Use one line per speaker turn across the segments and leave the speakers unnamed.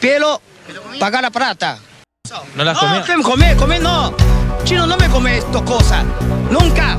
pelo, pagar la plata.
No las comía.
No, que me come, come no. Chino no me come estas cosas. Nunca.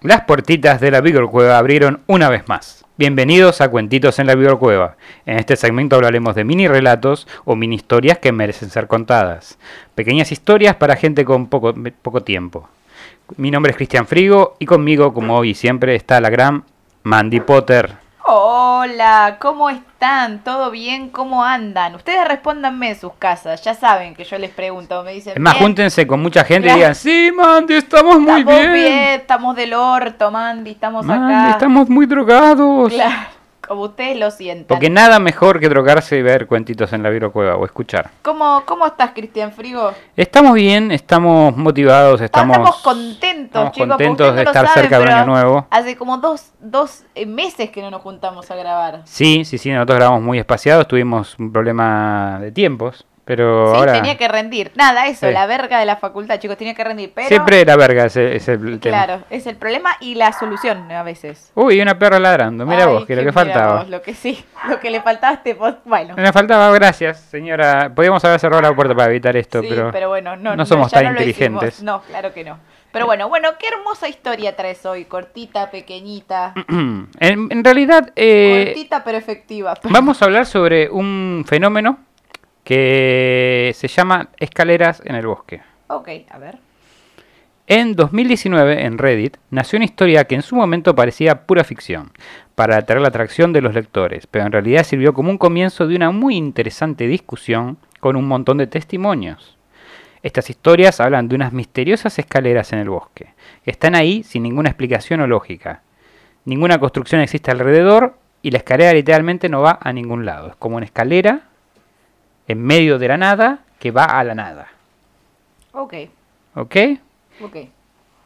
Las puertitas de la Cueva abrieron una vez más. Bienvenidos a Cuentitos en la Cueva. En este segmento hablaremos de mini relatos o mini historias que merecen ser contadas. Pequeñas historias para gente con poco, poco tiempo. Mi nombre es Cristian Frigo y conmigo, como hoy y siempre, está la gran Mandy Potter.
Hola, ¿cómo están? ¿Todo bien? ¿Cómo andan? Ustedes respóndanme en sus casas, ya saben que yo les pregunto, me dicen...
Es más,
"Bien,
júntense con mucha gente y
Claro.
digan, sí, Mandy, estamos muy
estamos
bien.
estamos del orto, Mandy, estamos
Mandy,
acá.
estamos muy drogados.
Claro, como ustedes lo sientan.
Porque nada mejor que drogarse y ver cuentitos en la Cueva o escuchar.
¿Cómo, ¿Cómo estás, Cristian Frigo? Ah,
Estamos bien, estamos motivados, estamos,
Estamos, contentos,
estamos
chicos. porque
contentos
ustedes
de
no lo
estar
saben,
cerca de un
pero
año nuevo.
Hace como dos, dos eh, meses que no nos juntamos a grabar.
Sí, sí, sí, nosotros grabamos muy espaciados, tuvimos un problema de tiempos, pero
Sí,
ahora
tenía que rendir. Nada, eso,
Sí.
la verga de la facultad, chicos, tenía que rendir. Pero,
siempre la verga ese, ese el tema.
claro, es el problema y la solución a veces.
Uy, una perra ladrando, mira
Ay,
vos, que lo que
mira
faltaba.
vos, lo que sí, lo que le faltaba a este pod- Bueno,
Nos faltaba, gracias, señora. Podíamos haber cerrado la puerta para evitar esto,
sí,
pero,
pero bueno, no,
no somos
ya
tan
lo hicimos.
inteligentes.
No, claro que no. Pero bueno, bueno, qué hermosa historia traes hoy, cortita, pequeñita,
en, en realidad eh,
cortita pero efectiva.
vamos a hablar sobre un fenómeno que se llama escaleras en el bosque.
Ok, a ver.
En 2019, en Reddit, nació una historia que en su momento parecía pura ficción, para atraer la atracción de los lectores, pero en realidad sirvió como un comienzo de una muy interesante discusión con un montón de testimonios. Estas historias hablan de unas misteriosas escaleras en el bosque, que están ahí sin ninguna explicación o lógica. Ninguna construcción existe alrededor y la escalera literalmente no va a ningún lado. Es como una escalera en medio de la nada que va a la nada.
Ok,
¿Ok?
ok.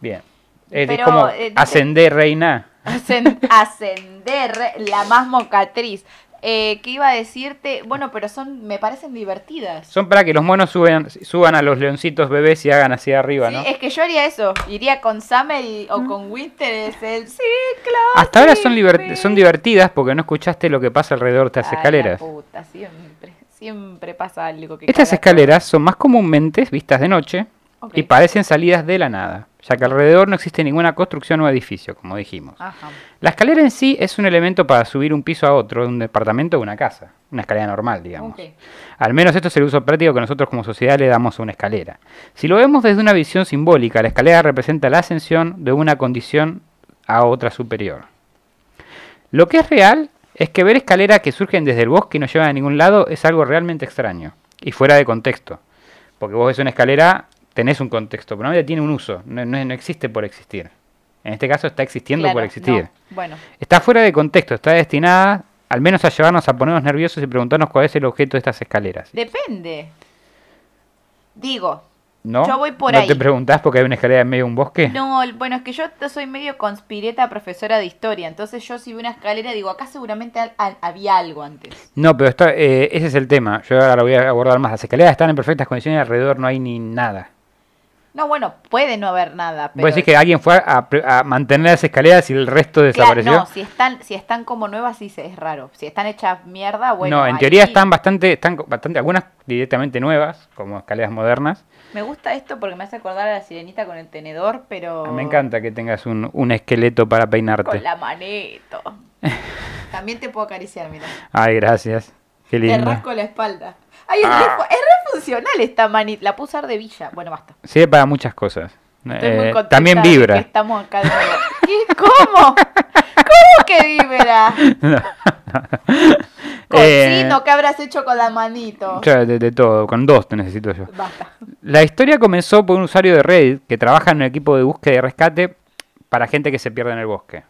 Bien. Eh, es
Pero,
como
eh, dice-
ascender, reina.
Ascen- ascender la más mocatriz. Eh, ¿Qué iba a decirte? Bueno, pero son, me parecen divertidas.
Son para que los monos suben, suban a los leoncitos bebés y hagan hacia arriba,
Sí,
¿no?
es que yo haría eso. Iría con Summer y- o con Winter. Es el Mm. sí, claro.
Hasta ahora son,
sí,
liber-
me-
son divertidas porque no escuchaste lo que pasa alrededor de
Ay,
estas
la
escaleras.
puta, siempre, siempre pasa algo que
Estas
cagar.
escaleras son más comúnmente vistas de noche
Ok.
y parecen salidas de la nada, ya que alrededor no existe ninguna construcción o edificio, como dijimos.
Ajá.
La escalera en sí es un elemento para subir un piso a otro, de un departamento o una casa. Una escalera normal, digamos.
Ok.
Al menos esto es el uso práctico que nosotros como sociedad le damos a una escalera. Si lo vemos desde una visión simbólica, la escalera representa la ascensión de una condición a otra superior. Lo que es real es que ver escaleras que surgen desde el bosque y no llevan a ningún lado es algo realmente extraño y fuera de contexto. Porque vos ves una escalera, tenés un contexto, pero no tiene un uso, no, no- no existe por existir. En este caso está existiendo
Claro,
por existir.
no. Bueno,
Está fuera de contexto, está destinada al menos a llevarnos a ponernos nerviosos y preguntarnos cuál es el objeto de estas escaleras.
depende. Digo,
¿No?
Yo voy por
¿No
ahí.
te preguntás porque hay una escalera en medio de un bosque?
no, el- bueno, es que yo t- soy medio conspireta profesora de historia. Entonces yo si veo una escalera digo, acá seguramente al- al- había algo antes.
No, pero está, eh, ese es el tema. Yo ahora lo voy a abordar más. Las escaleras están en perfectas condiciones y alrededor no hay ni nada.
No, bueno, puede no haber nada. Pero
¿Vos decís que alguien fue a, pre- a mantener las escaleras y el resto
Claro,
desapareció?
no, si están, si están como nuevas, sí se- es raro. Si están hechas mierda, bueno.
No, en
ahí
teoría
sí.
están bastante, están co- bastante, algunas directamente nuevas, como escaleras modernas.
Me gusta esto porque me hace acordar a la sirenita con el tenedor, pero.
Ah, Me encanta que tengas un, un esqueleto para peinarte.
Oh. Con la manito. También te puedo acariciar, mira.
Ay, gracias. Qué
Te
lindo.
rasco la espalda. Ay, es,
Ah.
re, fu- es re funcional esta manita. La puse de villa. Bueno, basta.
Sirve para muchas cosas.
Estoy
Eh,
muy contenta
también
de
vibra.
que estamos acá. de nuevo. ¿Qué? ¿Cómo? ¿Cómo que vibra?
Eh,
Cocino, ¿qué habrás hecho con la manito?
ya, de, de todo, con dos te necesito yo.
Basta.
La historia comenzó por un usuario de Reddit que trabaja en un equipo de búsqueda y rescate para gente que se pierde en el bosque.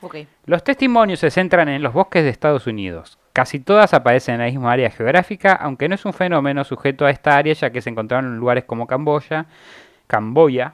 Ok.
Los testimonios se centran en los bosques de Estados Unidos, Casi todas aparecen en la misma área geográfica, aunque no es un fenómeno sujeto a esta área, ya que se encontraron en lugares como Camboya, Camboya,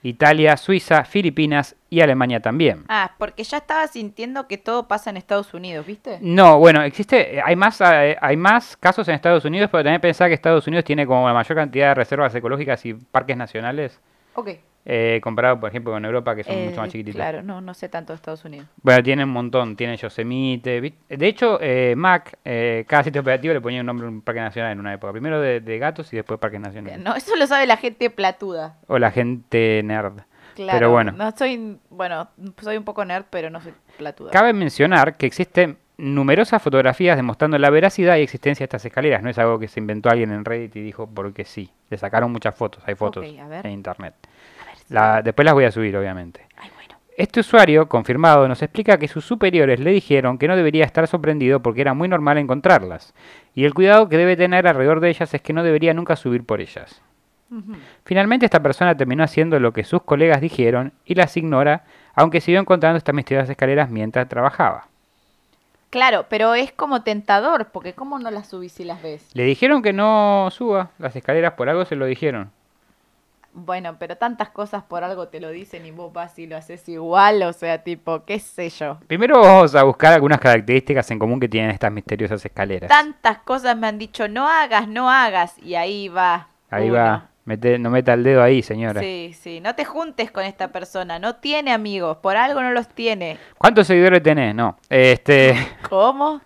Italia, Suiza, Filipinas y Alemania también.
Ah, porque ya estaba sintiendo que todo pasa en Estados Unidos, ¿viste?
No, bueno, existe, hay más, eh, hay más casos en Estados Unidos, pero también pensar que Estados Unidos tiene como la mayor cantidad de reservas ecológicas y parques nacionales,
Ok.
eh, comparado, por ejemplo, con Europa, que son
Eh,
mucho más chiquititos.
Claro, no, no sé tanto de Estados Unidos.
Bueno, tienen un montón, tienen Yosemite. ¿viste? De hecho, eh, Mac, eh, cada sitio operativo le ponía un nombre a un parque nacional en una época. Primero de, de gatos y después parques nacionales.
No, eso lo sabe la gente platuda.
O la gente nerd.
Claro.
Pero bueno.
No soy, bueno, soy un poco nerd, pero no soy platuda.
Cabe mencionar que existen numerosas fotografías demostrando la veracidad y existencia de estas escaleras. No es algo que se inventó alguien en Reddit y dijo porque sí. Le sacaron muchas fotos, hay fotos
Ok, a ver.
en internet.
A ver,
La- después las voy a subir, obviamente.
Ay, bueno.
Este usuario, confirmado, nos explica que sus superiores le dijeron que no debería estar sorprendido porque era muy normal encontrarlas. Y el cuidado que debe tener alrededor de ellas es que no debería nunca subir por ellas.
Ujú.
Finalmente esta persona terminó haciendo lo que sus colegas dijeron y las ignora, aunque siguió encontrando estas misteriosas escaleras mientras trabajaba.
Claro, pero es como tentador, porque ¿cómo no las subís si las ves?
Le dijeron que no suba las escaleras, por algo se lo dijeron.
Bueno, pero tantas cosas por algo te lo dicen y vos vas y lo haces igual, o sea, tipo, qué sé yo.
Primero vamos a buscar algunas características en común que tienen estas misteriosas escaleras.
Tantas cosas me han dicho, no hagas, no hagas, y ahí va.
Ahí
uno.
va, mete- no meta el dedo ahí, señora.
Sí, sí, no te juntes con esta persona, no tiene amigos, por algo no los tiene.
¿Cuántos seguidores tenés? No. Este,
¿Cómo?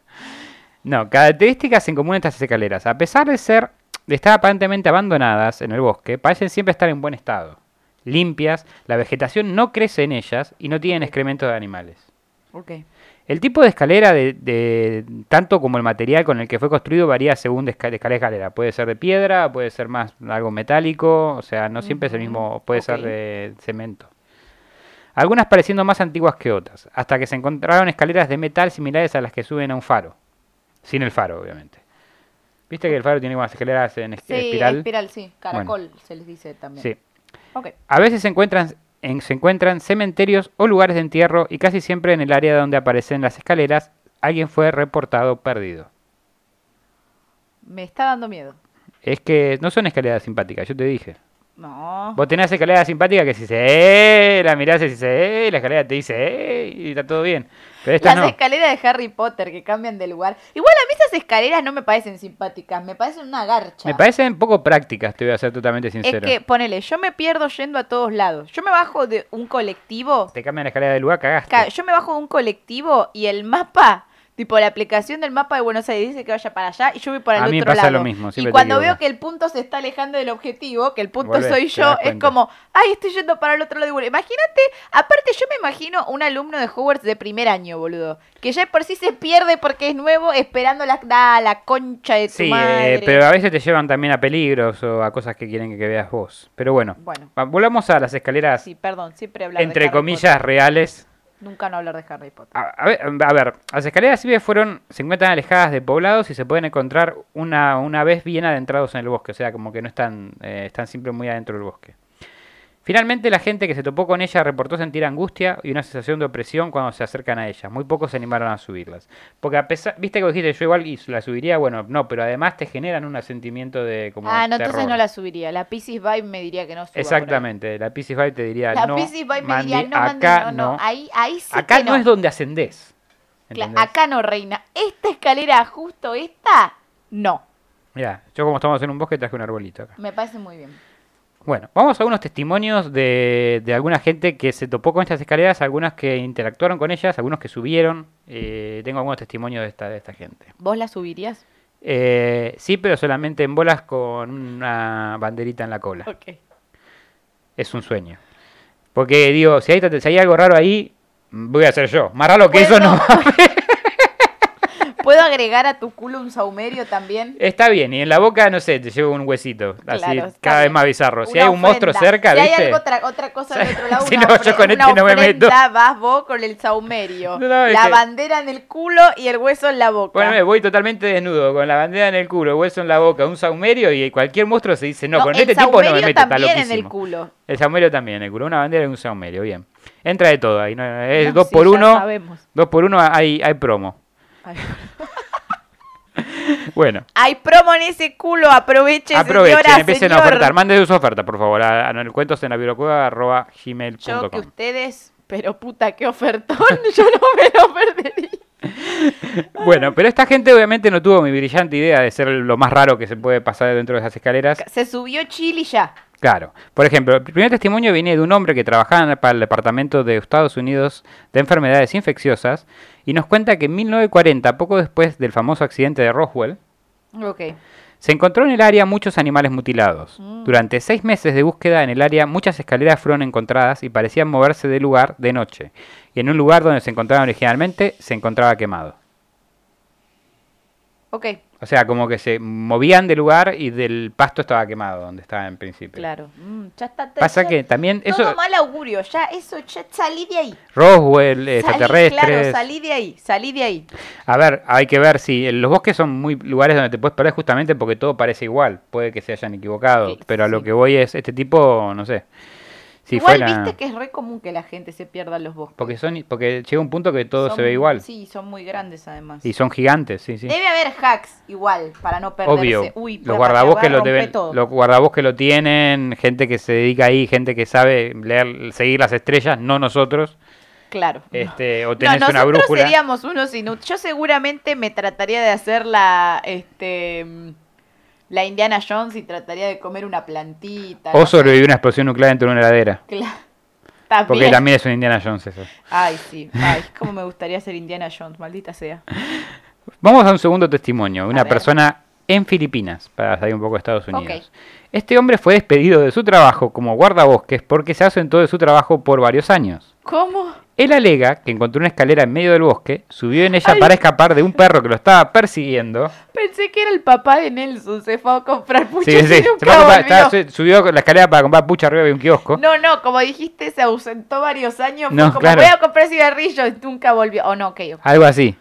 no, características en común de estas escaleras. A pesar de ser de estar aparentemente abandonadas en el bosque, parecen siempre estar en buen estado, limpias, la vegetación no crece en ellas y no tienen excrementos de animales.
Ok.
Eh, El tipo de escalera, de, de- tanto como el material con el que fue construido, varía según de esca- de escalera a escalera. Puede ser de piedra, puede ser más algo metálico, o sea, no siempre es el mismo, puede ser
ok.
de cemento. Algunas pareciendo más antiguas que otras, hasta que se encontraron escaleras de metal similares a las que suben a un faro. Sin el faro, obviamente. Viste que el faro tiene unas escaleras en es-
Sí,
espiral.
espiral, sí, caracol se les dice también.
Sí.
Ok.
A veces se encuentran, en- se encuentran cementerios o lugares de entierro y casi siempre en el área donde aparecen las escaleras alguien fue reportado perdido.
Me está dando miedo.
Es que no son escaleras simpáticas, yo te dije.
No.
Vos tenés escaleras simpáticas que si se eh, la mirás y dice, eh, la escalera te dice, eh, y está todo bien. Pero estas
Las
no.
escaleras de Harry Potter que cambian de lugar. Igual a mí esas escaleras no me parecen simpáticas, me parecen una garcha.
Me parecen poco prácticas, te voy a ser totalmente sincero.
es que, ponele, yo me pierdo yendo a todos lados. Yo me bajo de un colectivo.
Te cambian la escalera de lugar, cagaste.
Ca- Yo me bajo de un colectivo y el mapa, tipo la aplicación del mapa de Buenos Aires dice que vaya para allá y yo voy para el
A mí me
otro
pasa
lado.
lo mismo, siempre te
y cuando veo
equivocas.
que el punto se está alejando del objetivo, que el punto
Volvés, te
soy
das
yo, es
cuenta.
como, ay, estoy yendo para el otro lado. y vuelvo". Imagínate, aparte yo me imagino un alumno de Hogwarts de primer año, boludo, que ya por sí se pierde porque es nuevo esperando la, da, la concha de tu
Sí, eh,
madre.
pero a veces te llevan también a peligros o a cosas que quieren que veas vos. Pero bueno,
Bueno,
va- volvamos a las escaleras
sí, perdón, siempre hablar de
entre
Harry
comillas ah, reales.
Potter. Nunca no hablar de Harry Potter.
A, a ver, a ver, las escaleras civiles fueron, se encuentran alejadas de poblados y se pueden encontrar una, una vez bien adentrados en el bosque, o sea, como que no están, eh, están siempre muy adentro del bosque. Finalmente, la gente que se topó con ella reportó sentir angustia y una sensación de opresión cuando se acercan a ellas. Muy pocos se animaron a subirlas. Porque a pesar, viste que vos dijiste, yo igual y la subiría, bueno, no, pero además te generan un sentimiento de como
Ah, no, entonces
terror.
no la subiría. La Pisces Vibe me diría que no suba. por ahí.
Exactamente, la Pisces Vibe te diría,
La
no,
Pisces Vibe me
Mandy,
diría, no, Mandy,
acá
no, no, Ahí, ahí sí
acá
que
no. es donde ascendés.
Cla-
¿entendés?
Acá no, reina. Esta escalera, justo esta, no.
Mira, yo como estamos en un bosque traje un arbolito acá.
Me parece muy bien.
Bueno, vamos a unos testimonios de, de alguna gente que se topó con estas escaleras, algunas que interactuaron con ellas, algunos que subieron. Eh, tengo algunos testimonios de esta, de esta gente.
¿Vos la subirías?
Eh, sí, pero solamente en bolas con una banderita en la cola.
Ok.
Es un sueño. Porque digo, si hay, tanta- si hay algo raro ahí, voy a ser yo. Más raro que eso
Bueno.
no.
¿Puedo agregar a tu culo un saumerio también?
Está bien, y en la boca, no sé, te llevo un huesito. Eh, Así,
Claro, está
cada vez
bien.
más bizarro. Si
Una
hay un monstruo
ofrenda.
cerca,
si
¿viste?
hay algo otra, otra cosa del otro lado,
Si
una,
no, yo
ofre-
con
una
este no me meto.
ofrenda, vas vos con el saumerio.
No, es
la
que-
bandera en el culo y el hueso en la boca.
Bueno, me voy totalmente desnudo, con la bandera en el culo, hueso en la boca, un saumerio y cualquier monstruo se dice, no, con
el
este tipo no me
saumerio
meto, está
también en el
loquísimo.
culo.
El saumerio también en el culo, una bandera y un saumerio, bien. Entra de todo ahí, no, es
No,
Eh, dos
sí,
por
ya
uno,
sabemos.
dos por uno hay, hay promo.
Ay.
Bueno.
Hay promo en ese culo, aproveche,
Aprovechen,
señora,
empiecen
señor.
a ofertar. Manden su oferta, por favor, a, a cuentos en la gmail.com.
Yo que ustedes, pero puta, qué ofertón, yo no me lo perdería.
Bueno, pero esta gente obviamente no tuvo mi brillante idea de ser lo más raro que se puede pasar dentro de esas escaleras.
Se subió Chili ya.
Claro. Por ejemplo, el primer testimonio viene de un hombre que trabajaba para el Departamento de Estados Unidos de Enfermedades Infecciosas y nos cuenta que en 1940, poco después del famoso accidente de Roswell,
Ok.
se encontró en el área muchos animales mutilados.
Mm.
Durante seis meses de búsqueda en el área, muchas escaleras fueron encontradas y parecían moverse de lugar de noche. Y en un lugar donde se encontraban originalmente, se encontraba quemado.
Ok,
O sea, como que se movían de lugar y del pasto estaba quemado, donde estaba en principio.
claro. Mm, ya está.
Pasa
ya-
que también
Todo
eso,
mal augurio, ya eso, ya salí de ahí.
Roswell,
Salí,
Eh, extraterrestres.
claro, salí de ahí, salí de ahí.
A ver, hay que ver si los bosques son muy lugares donde te puedes perder justamente porque todo parece igual. Puede que se hayan equivocado,
Sí,
pero a lo
sí.
que voy es este tipo, no sé. Si
igual
fuera
viste que es re común que la gente se pierda en los bosques.
porque son porque llega un punto que todo
Son-
se ve igual
Sí, son muy grandes además.
y son gigantes, sí, sí.
Debe haber hacks igual para no perderse.
Obvio.
Uy,
los
para
guardabosques
acabar,
lo
rompe
deben,
todo.
los guardabosques lo tienen, gente que se dedica ahí, gente que sabe leer seguir las estrellas, no nosotros.
Claro.
Este, o
No,
tenés una
nosotros
brújula.
seríamos unos inútiles. Yo seguramente me trataría de hacer la, este, mm, la Indiana Jones y trataría de comer una plantita.
O
no sé.
sobrevivir a una explosión nuclear dentro de una heladera.
Cla-
Porque
También.
también es un Indiana Jones eso.
Ay, sí. Ay, cómo me gustaría ser Indiana Jones, maldita sea.
Vamos a un segundo testimonio. Una
ver.
persona en Filipinas, para salir un poco de Estados Unidos.
Ok.
Este hombre fue despedido de su trabajo como guardabosques porque se ausentó de su trabajo por varios años.
¿Cómo?
Él alega que encontró una escalera en medio del bosque, subió en ella
Ay.
para escapar de un perro que lo estaba persiguiendo.
Pensé que era el papá de Nelson. Se fue a comprar mucho
Sí, sí,
y
se
nunca
fue a comprar-
volvió.
estaba- su- subió la escalera para comprar pucha arriba de un kiosco.
No, no, como dijiste, se ausentó varios años. fue
No,
como
claro.
voy a comprar cigarrillos y nunca volvió. Oh, no, ok. ok.
Algo así.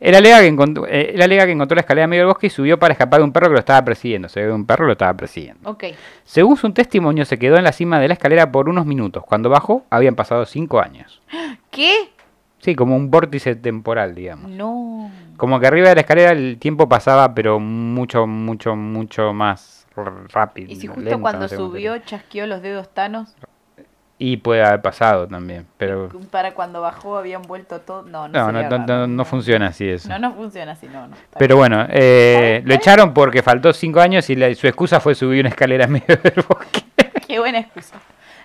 Él alega, que encontró, eh, él alega que encontró la escalera en medio del bosque y subió para escapar de un perro que lo estaba persiguiendo. Se ve que un perro lo estaba persiguiendo.
Ok.
Según su testimonio, se quedó en la cima de la escalera por unos minutos. Cuando bajó, habían pasado cinco años.
¿Qué?
Sí, como un vórtice temporal, digamos.
No.
Como que arriba de la escalera el tiempo pasaba, pero mucho, mucho, mucho más r- rápido.
Y si justo
lento,
cuando
no sé cómo se
subió
dice.
chasqueó los dedos Thanos,
Y puede haber pasado también, pero...
para cuando bajó habían vuelto todo. No, no,
No, no,
sería
no,
raro.
no- no funciona así eso.
No, no funciona así, no, no. está
Pero bueno, eh,
bien,
lo
está
echaron porque faltó cinco años y la- su excusa fue subir una escalera en medio del bosque.
bien. Qué buena excusa.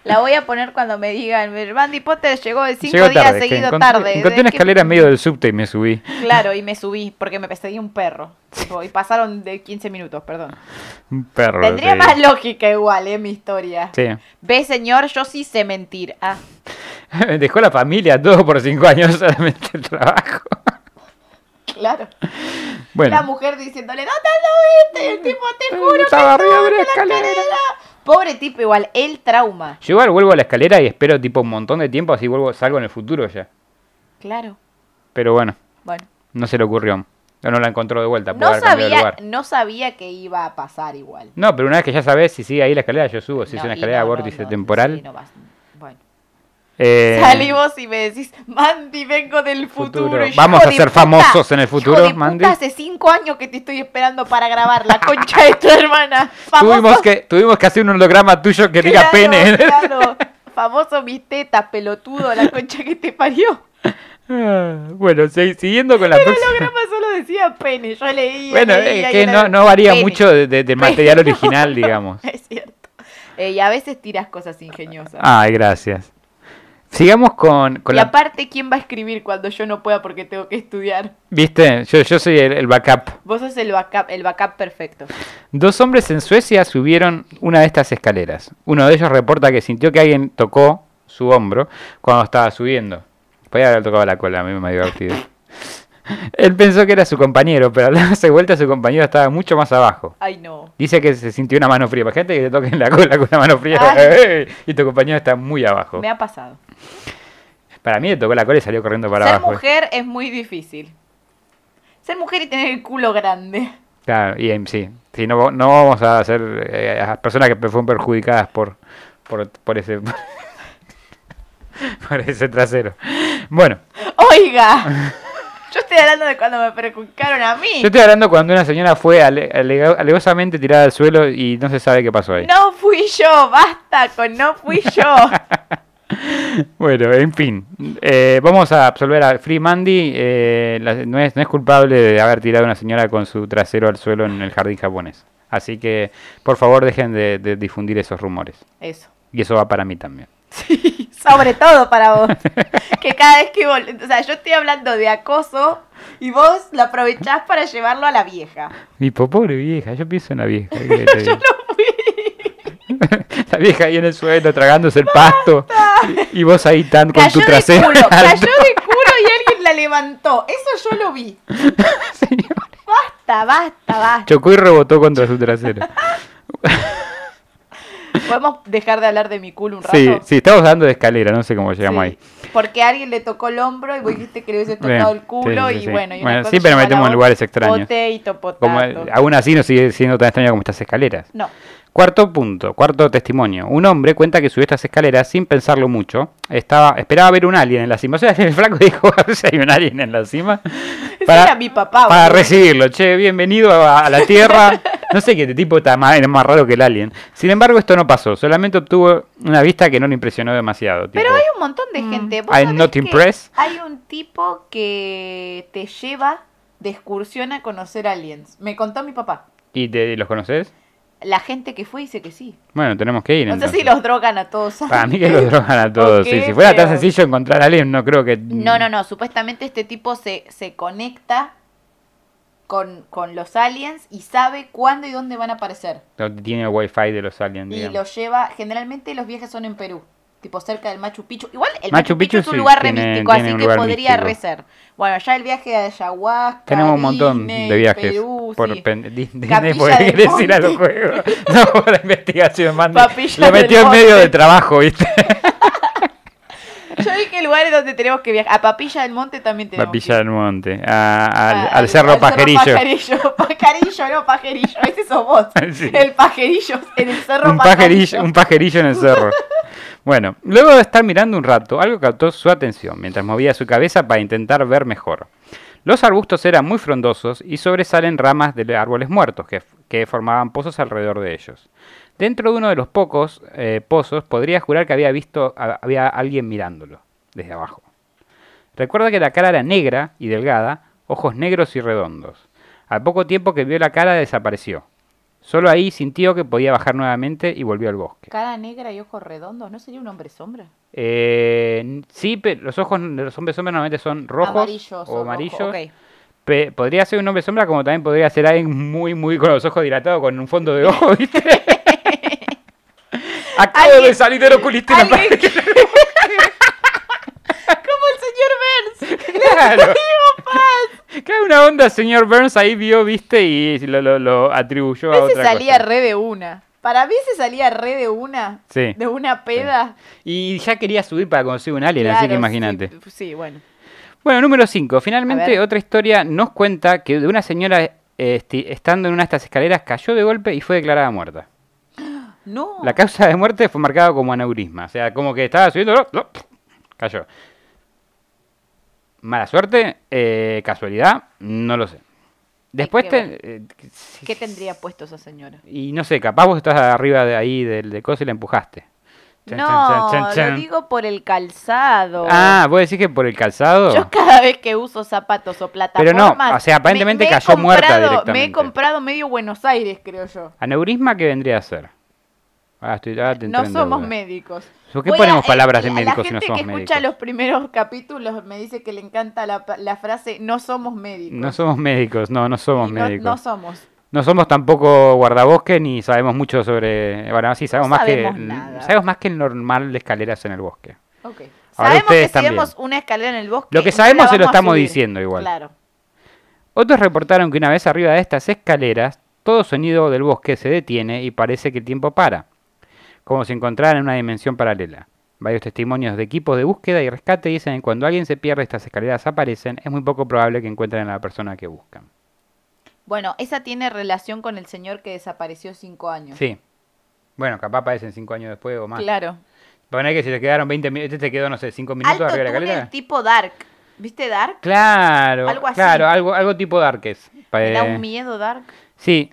La voy a poner cuando me digan, Bandy Potter llegó de cinco
Llegó
días
tarde, que
seguido
encontré,
tarde.
encontré
¿De
una
qué-
escalera en medio del subte y me subí.
Claro, y me subí porque me perseguí un perro. Tipo, Y pasaron de 15 minutos, perdón.
Un perro.
Tendría
sí.
más lógica igual, ¿eh? Mi historia.
Sí.
Ve, señor, yo sí sé mentir. Ah,
Dejó la familia todo por cinco años, solamente el trabajo.
claro. La
Bueno,
mujer diciéndole, ¿dónde anduviste? Y este, el tipo, te juro que
Estaba arriba de
estuve
una
en la
escalera".
Pobre tipo, igual, el trauma.
yo igual vuelvo a la escalera y espero tipo un montón de tiempo, así vuelvo, salgo en el futuro ya.
Claro.
Pero bueno,
Bueno.
no se le ocurrió. No, no la encontró de vuelta. puede
No
haber cambiado de
sabía,
lugar.
no sabía que iba a pasar igual.
No, pero una vez que ya sabes si sigue ahí la escalera, yo subo. Pues Si es
No,
una
y
escalera
no,
de
no,
vórtice
no,
temporal.
sí, no vas- bueno.
eh,
Salí vos y me decís, Mandy, vengo del futuro.
Futuro.
y yo,
Vamos
hijo
a
de
ser
puta,
famosos en el
hijo
futuro,
de puta,
Mandy.
Hace cinco años que te estoy esperando para grabar la concha de tu hermana.
tuvimos,
Famoso-
que, tuvimos que hacer un holograma tuyo que diga
Claro,
pene.
claro. Famoso mis tetas, pelotudo, la concha que te parió.
Ah, bueno, si- siguiendo con la
El
próxima.
holograma solo decía pene, yo leí.
Bueno,
leía
eh,
y
que
era-
no, no varía
pene.
mucho de- de- del material
Pene, no,
original,
no,
digamos.
Es cierto. Eh, y a veces tiras cosas ingeniosas.
Ay, gracias. Sigamos con, Ah, con
y
la...
aparte, ¿quién va a escribir cuando yo no pueda porque tengo que estudiar?
¿Viste? Yo, yo soy el, el backup.
Vos sos el backup, el backup perfecto.
Dos hombres en Suecia subieron una de estas escaleras. Uno de ellos reporta que sintió que alguien tocó su hombro cuando estaba subiendo. Podía haber tocado la cola, a mí me ha divertido. Él pensó que era su compañero, pero al darse vuelta su compañero estaba mucho más abajo.
Ay, no.
Dice que se sintió una mano fría. Imagínate que te toquen la cola con una mano fría.
Ay.
Y tu compañero está muy abajo.
Me ha pasado.
Para mí le tocó la cola y salió corriendo para
Ser
abajo.
mujer es muy difícil. Ser mujer y tener el culo grande.
Claro, y em, sí. Sí, no, no vamos a hacer eh, a personas que fueron perjudicadas por, por, por ese por ese trasero. Bueno,
Oiga, Yo estoy hablando de cuando me perjudicaron a mí.
Yo estoy hablando cuando una señora fue ale- alega- alegosamente tirada al suelo y no se sabe qué pasó ahí.
No fui yo, basta con no fui yo.
Bueno, en fin. Eh, vamos a absolver a Free Mandy. eh, la- no, es, no es culpable de haber tirado a una señora con su trasero al suelo en el jardín japonés. Así que, por favor, dejen de, de difundir esos rumores.
Eso.
Y eso va para mí también.
Sí, sobre todo para vos. Que cada vez que vol- O sea, yo estoy hablando de acoso y vos lo aprovechás para llevarlo a la vieja.
Y po- pobre vieja, yo pienso en la vieja. ¿qué querés que te diga? la vieja ahí en el suelo tragándose el pasto. Y vos ahí tan con tu
Cayó de
trasero.
culo,
alto.
cayó de culo y alguien la levantó. Eso yo lo vi.
Señor.
Basta, basta, basta.
Chocó y rebotó contra su trasero.
¿Podemos dejar de hablar de mi culo un rato?
Sí, sí, estamos hablando de escalera, no sé cómo llegamos
Sí,
ahí.
Porque a alguien le tocó el hombro y vos dijiste que le hubiese tocado
Bien,
el culo
sí, sí,
y
sí.
bueno. Y una
Bueno,
cosa
siempre
lleva a la
metemos en
otra.
lugares extraños.
Pote y topotato.
Como, aún así no sigue siendo tan extraño como estas escaleras.
No.
Cuarto punto, cuarto testimonio. Un hombre cuenta que subió estas escaleras sin pensarlo mucho. Estaba, esperaba ver un alien en la cima. O sea, el flaco dijo, a ver si hay un alien en la cima.
Ese era mi papá,
Para
boludo.
recibirlo. Che, bienvenido a, a la Tierra. No sé qué tipo está más, era más raro que el alien. Sin embargo, esto no pasó. Solamente obtuvo una vista que no le impresionó demasiado.
Pero
tipo,
hay un montón de gente.
I'm
¿Vos sabés
pues. not
que
impressed.
Hay un tipo que te lleva de excursión a conocer aliens. Me contó mi papá.
¿Y te, los conoces?
La gente que fue dice que sí.
Bueno, tenemos que ir.
No sé
entonces.
si los drogan a todos.
Para mí que los drogan a todos.
Ok,
sí, si fuera tan
pero-
sencillo encontrar a alguien, no creo que.
No, no, no. Supuestamente este tipo se, se conecta con, con los aliens y sabe cuándo y dónde van a aparecer.
no tiene el wifi de los aliens.
Y
digamos.
los lleva. Generalmente los viajes son en Perú. Tipo cerca del Machu Picchu. Igual el
Machu Picchu
Machu, Picchu, es un
sí,
lugar re
tiene-
místico,
tiene
así
un
que
lugar
podría
místico.
recer. Bueno, ya el viaje de ayahuasca.
Tenemos un montón
Disney,
de viajes.
Perú,
por
sí.
pen- Di- Disney,
Capilla
porque
del
querés ir a
Monte.
los juegos. No, por la investigación, man.
Papilla
Lo
del
metió en
Monte.
medio de trabajo, ¿viste?
Yo dije lugares donde tenemos que viajar. A Papilla del Monte también tenemos
Papilla
que ir.
del Monte. a- al,
Ah,
al cerro Pajerillo.
Pajarillo, Pajarillo, no pajerillo, ese sos vos.
Sí.
El pajerillo en el cerro
un pajerillo, un pajerillo en el cerro. Bueno, luego de estar mirando un rato, algo captó su atención mientras movía su cabeza para intentar ver mejor. Los arbustos eran muy frondosos y sobresalen ramas de árboles muertos que, que formaban pozos alrededor de ellos. Dentro de uno de los pocos eh, pozos podría jurar que había visto a- había alguien mirándolo desde abajo. Recuerda que la cara era negra y delgada, ojos negros y redondos. Al poco tiempo que vio la cara desapareció. Solo ahí sintió que podía bajar nuevamente y volvió al bosque.
Cara negra y ojos redondos, ¿no sería un hombre sombra?
Eh, n- sí, pe- los ojos de los hombres sombras normalmente son rojos
Amarillos
o amarillos.
rojo, ok.
Pe- podría ser un hombre sombra como también podría ser alguien muy, muy con los ojos dilatados, con un fondo de ojo, ¿viste? Acabo de
Alguien-
salir del oculista. en la
Alguien que- Como el señor Burns.
Claro. Claro, una onda, señor Burns ahí vio, viste, y lo, lo- lo atribuyó a
Ese
otra
salía
cosa.
re de una. Para mí se salía re de una.
Sí.
De una peda.
Y ya quería subir para conseguir un alien, así
Claro,
que imagínate.
Sí, sí, bueno.
Bueno, número 5.
A
Finalmente,
ver.
otra historia nos cuenta que de una señora eh, esti- estando en una de estas escaleras cayó de golpe y fue declarada muerta.
No.
La causa de muerte fue marcada como aneurisma. O sea, como que estaba subiendo. lo- lo- cayó. Mala suerte, eh, casualidad, no lo sé. Después
qué
te-
bueno.
eh,
¿Qué tendría puesto esa señora?
Y no sé, capaz vos estás arriba de ahí del de cosa y la empujaste. Chan,
No,
chan, chan, chan,
lo
chan.
digo por el calzado.
Ah, vos decís que por el calzado.
Yo cada vez que uso zapatos o plataformas.
o sea, aparentemente
me- me he
cayó muerta
comprado- Me
directamente.
he comprado medio Buenos Aires, creo yo.
Aneurisma, ¿qué vendría a ser? Ah, estoy, ahora te
No
entré en
somos
duda.
médicos.
¿Por qué
Voy
ponemos
eh,
palabras de
la-
médicos si no
La gente
somos
que escucha
médicos?
los primeros capítulos me dice que le encanta la, pa- la frase no somos médicos.
No somos médicos, no, no somos
Y no-
médicos.
No,
No,
somos.
somos tampoco guardabosques ni sabemos mucho sobre. Bueno, sí, sabemos,
No
más, que,
sabemos nada.
sabemos más que el normal de escaleras en el bosque.
Ok.
Ahora
sabemos
ustedes
que si
también.
vemos una escalera en el bosque.
Lo que
no
sabemos
la
se lo
vamos a
estamos
subir.
diciendo igual.
Claro.
Otros reportaron que una vez arriba de estas escaleras, todo sonido del bosque se detiene y parece que el tiempo para, como si encontraran en una dimensión paralela. Varios testimonios de equipos de búsqueda y rescate dicen que cuando alguien se pierde estas escaleras aparecen, es muy poco probable que encuentren a la persona que buscan.
Bueno, esa tiene relación con el señor que desapareció cinco años.
Sí. Bueno, capaz aparecen cinco años después o más.
Claro.
Poner que si te quedaron 20 minutos, este te quedó, no sé, 5 minutos
Alto
arriba de la
túnel
escalera.
tipo dark. ¿Viste Dark?
Claro,
Algo así.
claro, algo, algo tipo Darkes.
Me da
Eh,
un miedo Dark.
Sí,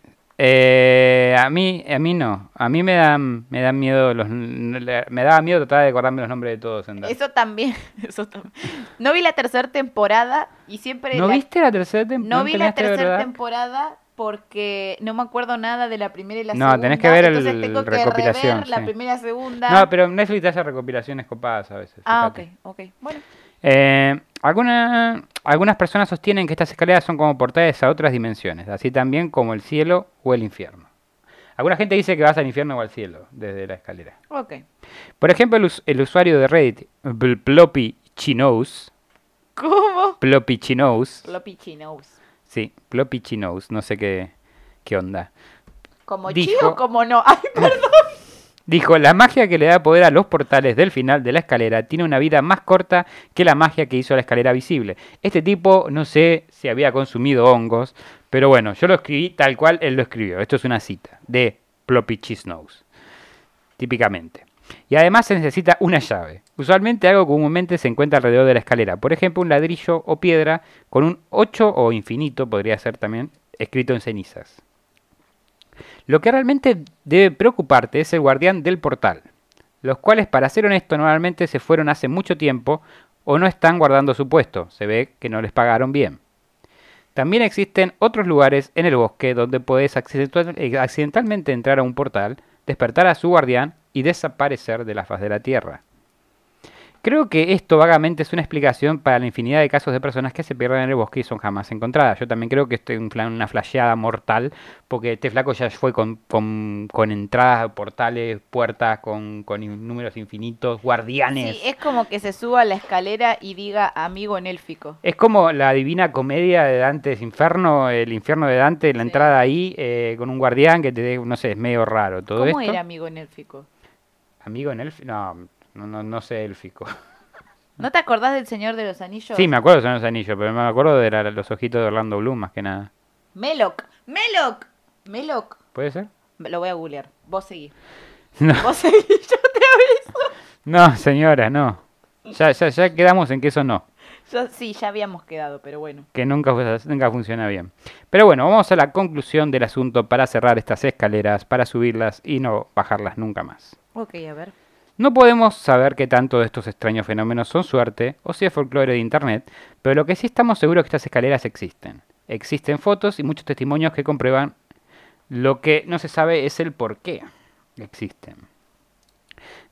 eh, a mí, a mí no, a mí me dan, me dan miedo los, me daba miedo tratar de acordarme los nombres de todos. en Dark.
Eso también, eso también. No vi la tercera temporada y siempre...
¿No
la-
viste la tercera temporada?
no vi la tercera temporada porque no me acuerdo nada de la primera y la
No,
segunda.
tenés que ver el-
entonces tengo que
recopilación,
rever la
sí.
primera y la segunda.
No, pero Netflix te hace recopilaciones copadas a veces.
Ah, ok,
fíjate.
ok. Bueno,
Eh, alguna- algunas personas sostienen que estas escaleras son como portales a otras dimensiones, así también como el cielo o el infierno. Alguna gente dice que vas al infierno o al cielo desde la escalera.
ok.
Por ejemplo, el, us- el usuario de Reddit, Bl- Ploppy Chinos,
¿Cómo?
Ploppy Chinos,
Lo pichinos.
sí, Ploppy Chinos, no sé qué, qué onda.
¿Como
Dijo-
chido o como no? Ay, perdón.
Dijo, la magia que le da poder a los portales del final de la escalera tiene una vida más corta que la magia que hizo la escalera visible. Este tipo, no sé si había consumido hongos, pero bueno, yo lo escribí tal cual él lo escribió. Esto es una cita de Ploppy Cheese Nose, típicamente. Y además se necesita una llave. Usualmente algo comúnmente se encuentra alrededor de la escalera. Por ejemplo, un ladrillo o piedra con un 8 o infinito, podría ser también, escrito en cenizas. Lo que realmente debe preocuparte es el guardián del portal, los cuales, para ser honesto, normalmente se fueron hace mucho tiempo o no están guardando su puesto, se ve que no les pagaron bien. También existen otros lugares en el bosque donde puedes accidental- eh, accidentalmente entrar a un portal, despertar a su guardián y desaparecer de la faz de la Tierra. Creo que esto vagamente es una explicación para la infinidad de casos de personas que se pierden en el bosque y son jamás encontradas. Yo también creo que esto es un fla- una flasheada mortal, porque este flaco ya fue con, con- con entradas, portales, puertas, con, con in- números infinitos, guardianes.
Sí, es como que se suba a la escalera y diga amigo en élfico.
Es como la divina comedia de Dante's Inferno, el infierno de Dante, la
Sí.
entrada ahí eh, con un guardián que te dé, no sé, es medio raro todo
¿Cómo
esto.
era amigo en élfico?
Amigo en élfico, no, no, no, no sé élfico.
¿No te acordás del Señor de los Anillos?
Sí, me acuerdo de los anillos, pero me acuerdo de la- los ojitos de Orlando Bloom más que nada.
Meloc, Meloc, Meloc.
¿Puede ser?
Lo voy a googlear. Vos seguí.
No,
Vos seguí, yo te aviso.
no señora, no. Ya, ya, ya quedamos en que eso no,
Yo- sí, ya habíamos quedado, pero bueno.
que nunca, fu- nunca funciona bien. Pero bueno, vamos a la conclusión del asunto para cerrar estas escaleras, para subirlas y no bajarlas nunca más.
Ok, a ver.
No podemos saber qué tanto de estos extraños fenómenos son suerte o si es folclore de internet, pero lo que sí estamos seguros es que estas escaleras existen. Existen fotos y muchos testimonios que comprueban lo que no se sabe es el por qué existen.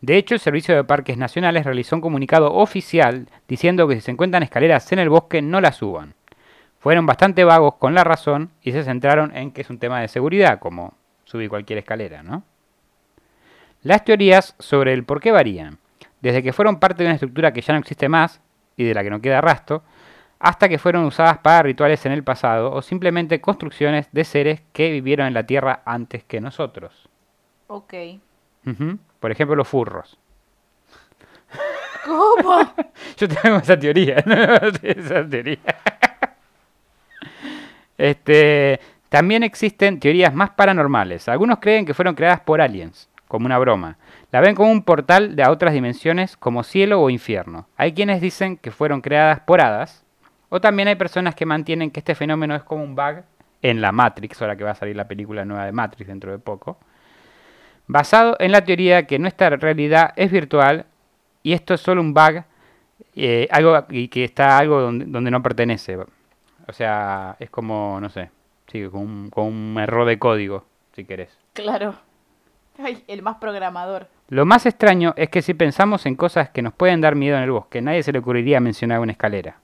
De hecho, el Servicio de Parques Nacionales realizó un comunicado oficial diciendo que si se encuentran escaleras en el bosque no las suban. Fueron bastante vagos con la razón y se centraron en que es un tema de seguridad, como subir cualquier escalera, ¿no? Las teorías sobre el por qué varían, desde que fueron parte de una estructura que ya no existe más y de la que no queda rastro, hasta que fueron usadas para rituales en el pasado o simplemente construcciones de seres que vivieron en la Tierra antes que nosotros.
Ok.
Ujú. Por ejemplo, los furros.
¿Cómo?
Yo tengo esa teoría, ¿no? esa teoría. Este, también existen teorías más paranormales. Algunos creen que fueron creadas por aliens, como una broma. La ven como un portal de a otras dimensiones, como cielo o infierno. Hay quienes dicen que fueron creadas por hadas, o también hay personas que mantienen que este fenómeno es como un bug en la Matrix, ahora que va a salir la película nueva de Matrix dentro de poco. Basado en la teoría que nuestra realidad es virtual y esto es solo un bug eh, algo y que está algo donde, donde no pertenece. O sea, es como, no sé, sí, como un, como un error de código, si querés.
Claro. Ay, el más programador.
Lo más extraño es que si pensamos en cosas que nos pueden dar miedo en el bosque, nadie se le ocurriría mencionar una escalera.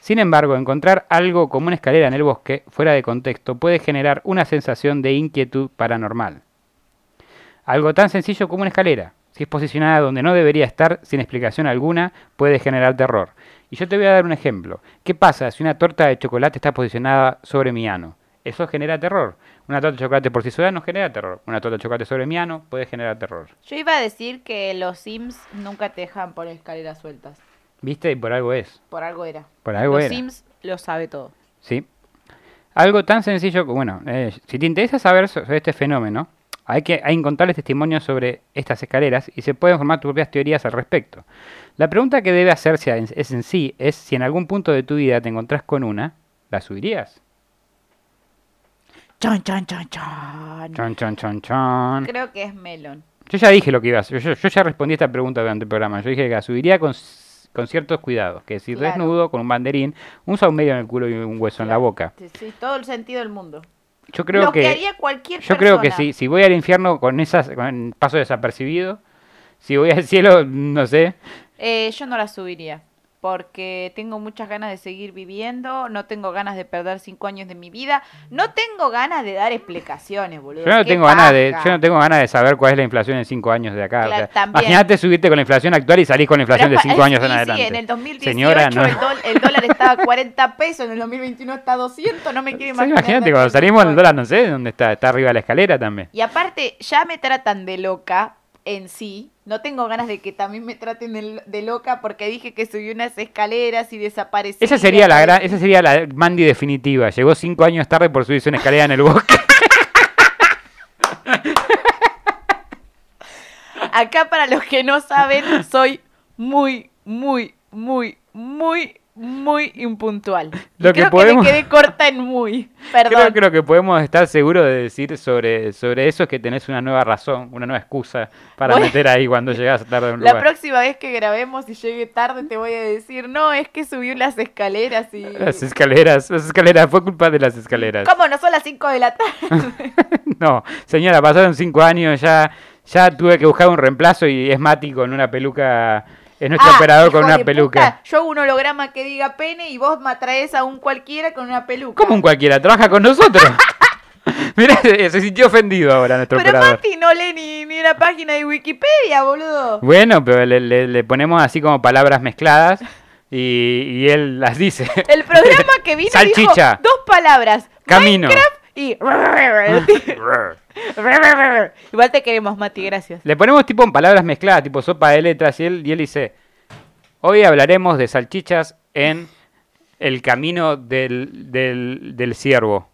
Sin embargo, encontrar algo como una escalera en el bosque, fuera de contexto, puede generar una sensación de inquietud paranormal. Algo tan sencillo como una escalera, si es posicionada donde no debería estar sin explicación alguna, puede generar terror. Y yo te voy a dar un ejemplo. ¿Qué pasa si una torta de chocolate está posicionada sobre mi ano? Eso genera terror. Una torta de chocolate por sí sola no genera terror. Una torta de chocolate sobre mi ano puede generar terror.
Yo iba a decir que los Sims nunca te dejan poner escaleras sueltas.
¿Viste? Y por algo es.
Por algo era.
Por algo
los
era.
Sims lo sabe todo.
¿Sí? Algo tan sencillo como, bueno, eh, si te interesa saber sobre este fenómeno, Hay, que, hay incontables testimonios sobre estas escaleras y se pueden formar tus propias teorías al respecto. La pregunta que debe hacerse en- es en sí es si en algún punto de tu vida te encontrás con una, ¿la subirías?
Chan, chan, chan, chan.
Chon, chon, chon, chon.
Creo que es melón.
Yo ya dije lo que iba a hacer. Yo, yo ya respondí esta pregunta durante el programa. Yo dije que la subiría con, s- con ciertos cuidados. Que decir,
Claro.
desnudo, con un banderín, un saumerio en el culo y un hueso en la boca.
Sí, sí, todo el sentido del mundo.
Yo creo
Lo que,
que...
haría cualquier
Yo
persona.
creo que si, si voy al infierno con esas con- paso desapercibido, si voy al cielo, no sé.
Eh, yo no la subiría. Porque tengo muchas ganas de seguir viviendo, no tengo ganas de perder cinco años de mi vida, no tengo ganas de dar explicaciones, boludo.
Yo no
qué
tengo ganas de,
paja.
yo no tengo ganas de saber cuál es la inflación en cinco años de acá. o
Claro,
sea,
también.
Imagínate subirte con la inflación actual y salís con la inflación
Pero
de cinco
pa-
años en
eh, sí, sí,
adelante.
en el 2018
Señora, no.
el, dol- el dólar estaba a 40 pesos, en el 2021 está a 200, no me quiero
Sí,
imaginar.
imagínate,
dónde
cuando
está el
salimos el
Bitcoin.
dólar, no sé dónde está, está arriba de la escalera también.
Y aparte, ya me tratan de loca en sí. No tengo ganas de que también me traten de, de loca porque dije que subí unas escaleras y desaparecí.
Esa sería la gran,
Aparecí.
esa sería la Mandy definitiva. Llegó cinco años tarde por subirse una escalera en el bosque.
Acá, para los que no saben, soy muy, muy, muy, muy, muy impuntual. Y
Lo que
creo que,
podemos-
me quedé corta en muy. Perdón.
Creo, creo que podemos estar seguros de decir sobre, sobre eso es que tenés una nueva razón, una nueva excusa para
Bueno.
meter ahí cuando llegás tarde a un
La
lugar.
próxima vez que grabemos y llegue tarde te voy a decir, no, es que subí unas escaleras y...
Las escaleras, las escaleras, fue culpa de las escaleras.
¿Cómo? No son las 5 de la tarde.
No, señora, pasaron cinco años, ya, ya tuve que buscar un reemplazo y es Mati con una peluca, es nuestro
Ah,
operador con
hijo
una
de
peluca.
puta, yo hago un holograma que diga pene y vos me traes a un cualquiera con una peluca.
Como un cualquiera, trabaja con nosotros. Mira, se se sintió ofendido ahora nuestro
Pero
operador.
Mati no lee ni, ni una página de Wikipedia, boludo.
Bueno, pero le, le- le ponemos así como palabras mezcladas y, y él las dice.
El programa que vino
Salchicha.
dijo dos palabras.
Camino.
Minecraft y... Igual te queremos, Mati, gracias.
Le ponemos tipo en palabras mezcladas, tipo sopa de letras, y él, y él dice, hoy hablaremos de salchichas en el camino del, del, del ciervo.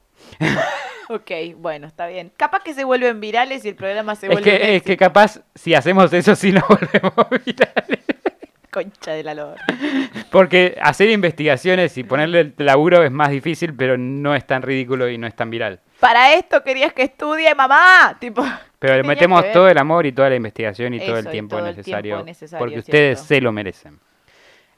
Ok, bueno, está bien. Capaz que se vuelven virales y el programa se
Es
vuelve un
que, es
éxito.
que capaz, si hacemos eso, sí nos volvemos virales.
concha de la lora.
Porque hacer investigaciones y ponerle el laburo es más difícil, pero no es tan ridículo y no es tan viral.
Para esto querías que estudie, mamá. Tipo,
Pero le
Tenía
metemos
que ver.
todo el amor y toda la investigación y todo el
Eso, y
tiempo
todo el
necesario.
tiempo necesario,
porque
cierto.
ustedes se lo merecen.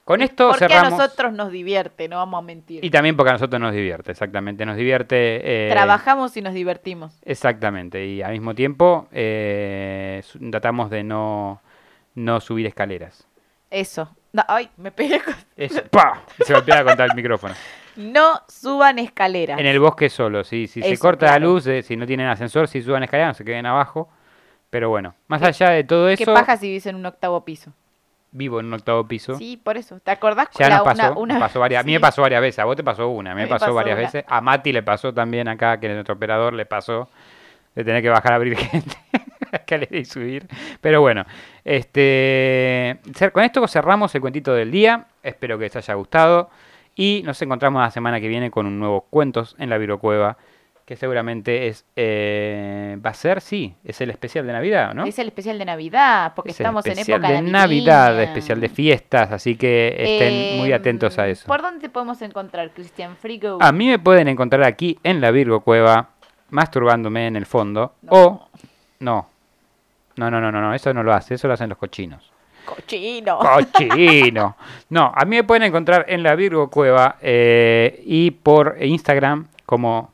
Con esto
porque
cerramos.
a nosotros nos divierte, no vamos a mentir.
Y también porque a nosotros nos divierte, exactamente. Nos divierte. eh,
Trabajamos y nos divertimos.
Exactamente. Y al mismo tiempo eh, su- tratamos de no, no subir escaleras.
Eso. No, ay, me pegué. con-
Eso. ¡pa! Y Se golpea contra el micrófono.
No suban escaleras.
En el bosque solo. Si, si se
Eso,
corta la
claro.
luz, eh, si no tienen ascensor, si suban escaleras, no se queden abajo. Pero bueno, más allá de todo
¿Qué
eso,
paja si vivís en un octavo piso?
vivo en un octavo piso.
Sí, por eso. ¿Te acordás?
Ya
la-
nos pasó,
una-
nos
una-
pasó varias, a mí me
Sí.
pasó varias veces, a vos te pasó una, a mí me pasó, varias
una.
veces, a Mati le pasó también acá, que nuestro operador le pasó de tener que bajar a abrir gente, escalera y subir. Pero bueno, este cer- con esto cerramos el cuentito del día, espero que les haya gustado y nos encontramos la semana que viene con un nuevo Cuentos en la Virocueva, que seguramente es, eh, va a ser, sí, es el especial de Navidad, ¿no?
Es el especial de Navidad, porque
Es el
estamos en
especial
época
de Navidad,
navideña.
especial de fiestas, así que estén muy
Eh,
atentos a eso.
¿Por dónde te podemos encontrar, Cristian Frigo?
A mí me pueden encontrar aquí en la Virgo Cueva, masturbándome en el fondo.
No.
O. No. No, no, no, no, no, eso no lo hace, eso lo hacen los cochinos.
Cochino.
¡Cochino! No, a mí me pueden encontrar en la Virgo Cueva eh, y por Instagram como.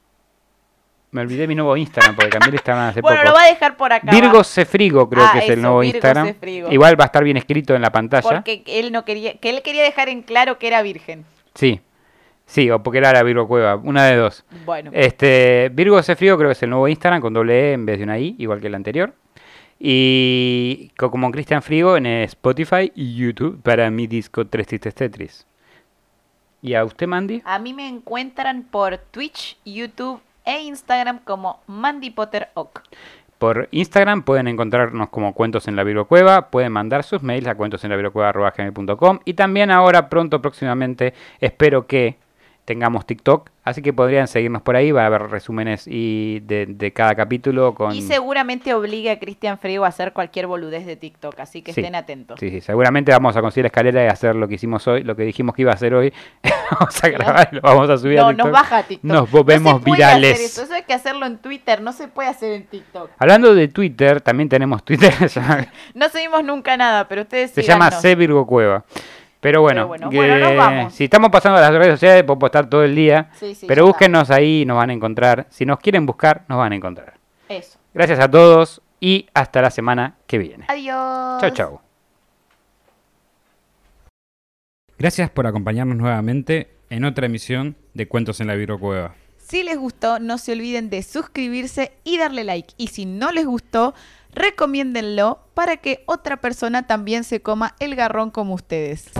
Me olvidé mi nuevo Instagram porque cambié el Instagram hace
bueno,
poco.
lo va a dejar por acá.
Virgo
va,
Cefrigo creo
Ah,
que es el
eso,
nuevo
Virgo
Instagram.
Cefrigo.
Igual va a estar bien escrito en la pantalla.
Porque él no quería, que él quería dejar en claro que era virgen.
Sí. Sí, o porque era la Virgo Cueva, una de dos.
Bueno,
Este, Virgo hace frío, creo que es el nuevo Instagram con doble E en vez de una I, igual que el anterior. Y co- como Cristian Frigo en Spotify y YouTube para mi disco Tres Tristes Tetris. ¿Y a usted, Mandy?
a mí me encuentran por Twitch, YouTube e Instagram como Mandy Potter Oak.
Por Instagram pueden encontrarnos como Cuentos en la Virgo Cueva, pueden mandar sus mails a cuentosenlavirgocueva.com y también ahora pronto, próximamente, espero que tengamos TikTok. Así que podrían seguirnos por ahí. Va a haber resúmenes y de, de cada capítulo con...
Y seguramente obligue a Cristian Frigo a hacer cualquier boludez de TikTok, así que
Sí.
estén atentos.
Sí, sí, seguramente vamos a conseguir la escalera y hacer lo que hicimos hoy, lo que dijimos que iba a hacer hoy. vamos a grabar y lo vamos a subir a
No,
TikTok.
nos baja TikTok.
Nos
No
volvemos
se puede
virales.
hacer eso. eso hay que hacerlo en Twitter, no se puede hacer en TikTok.
Hablando de Twitter, también tenemos Twitter. se llama-
No seguimos nunca nada, pero ustedes
se llama
síganos.
C Virgo Cueva. Pero bueno,
bueno, bueno, nos vamos.
si estamos pasando a las redes sociales, podemos estar todo el día.
Sí, sí,
pero
ya
búsquenos ahí, nos van a encontrar. Si nos quieren buscar, nos van a encontrar.
Eso.
Gracias a todos y hasta la semana que viene.
Adiós.
Chao, chao. Gracias por acompañarnos nuevamente en otra emisión de Cuentos en la Virocueva.
Si les gustó, no se olviden de suscribirse y darle like. Y si no les gustó, recomiéndenlo para que otra persona también se coma el garrón como ustedes.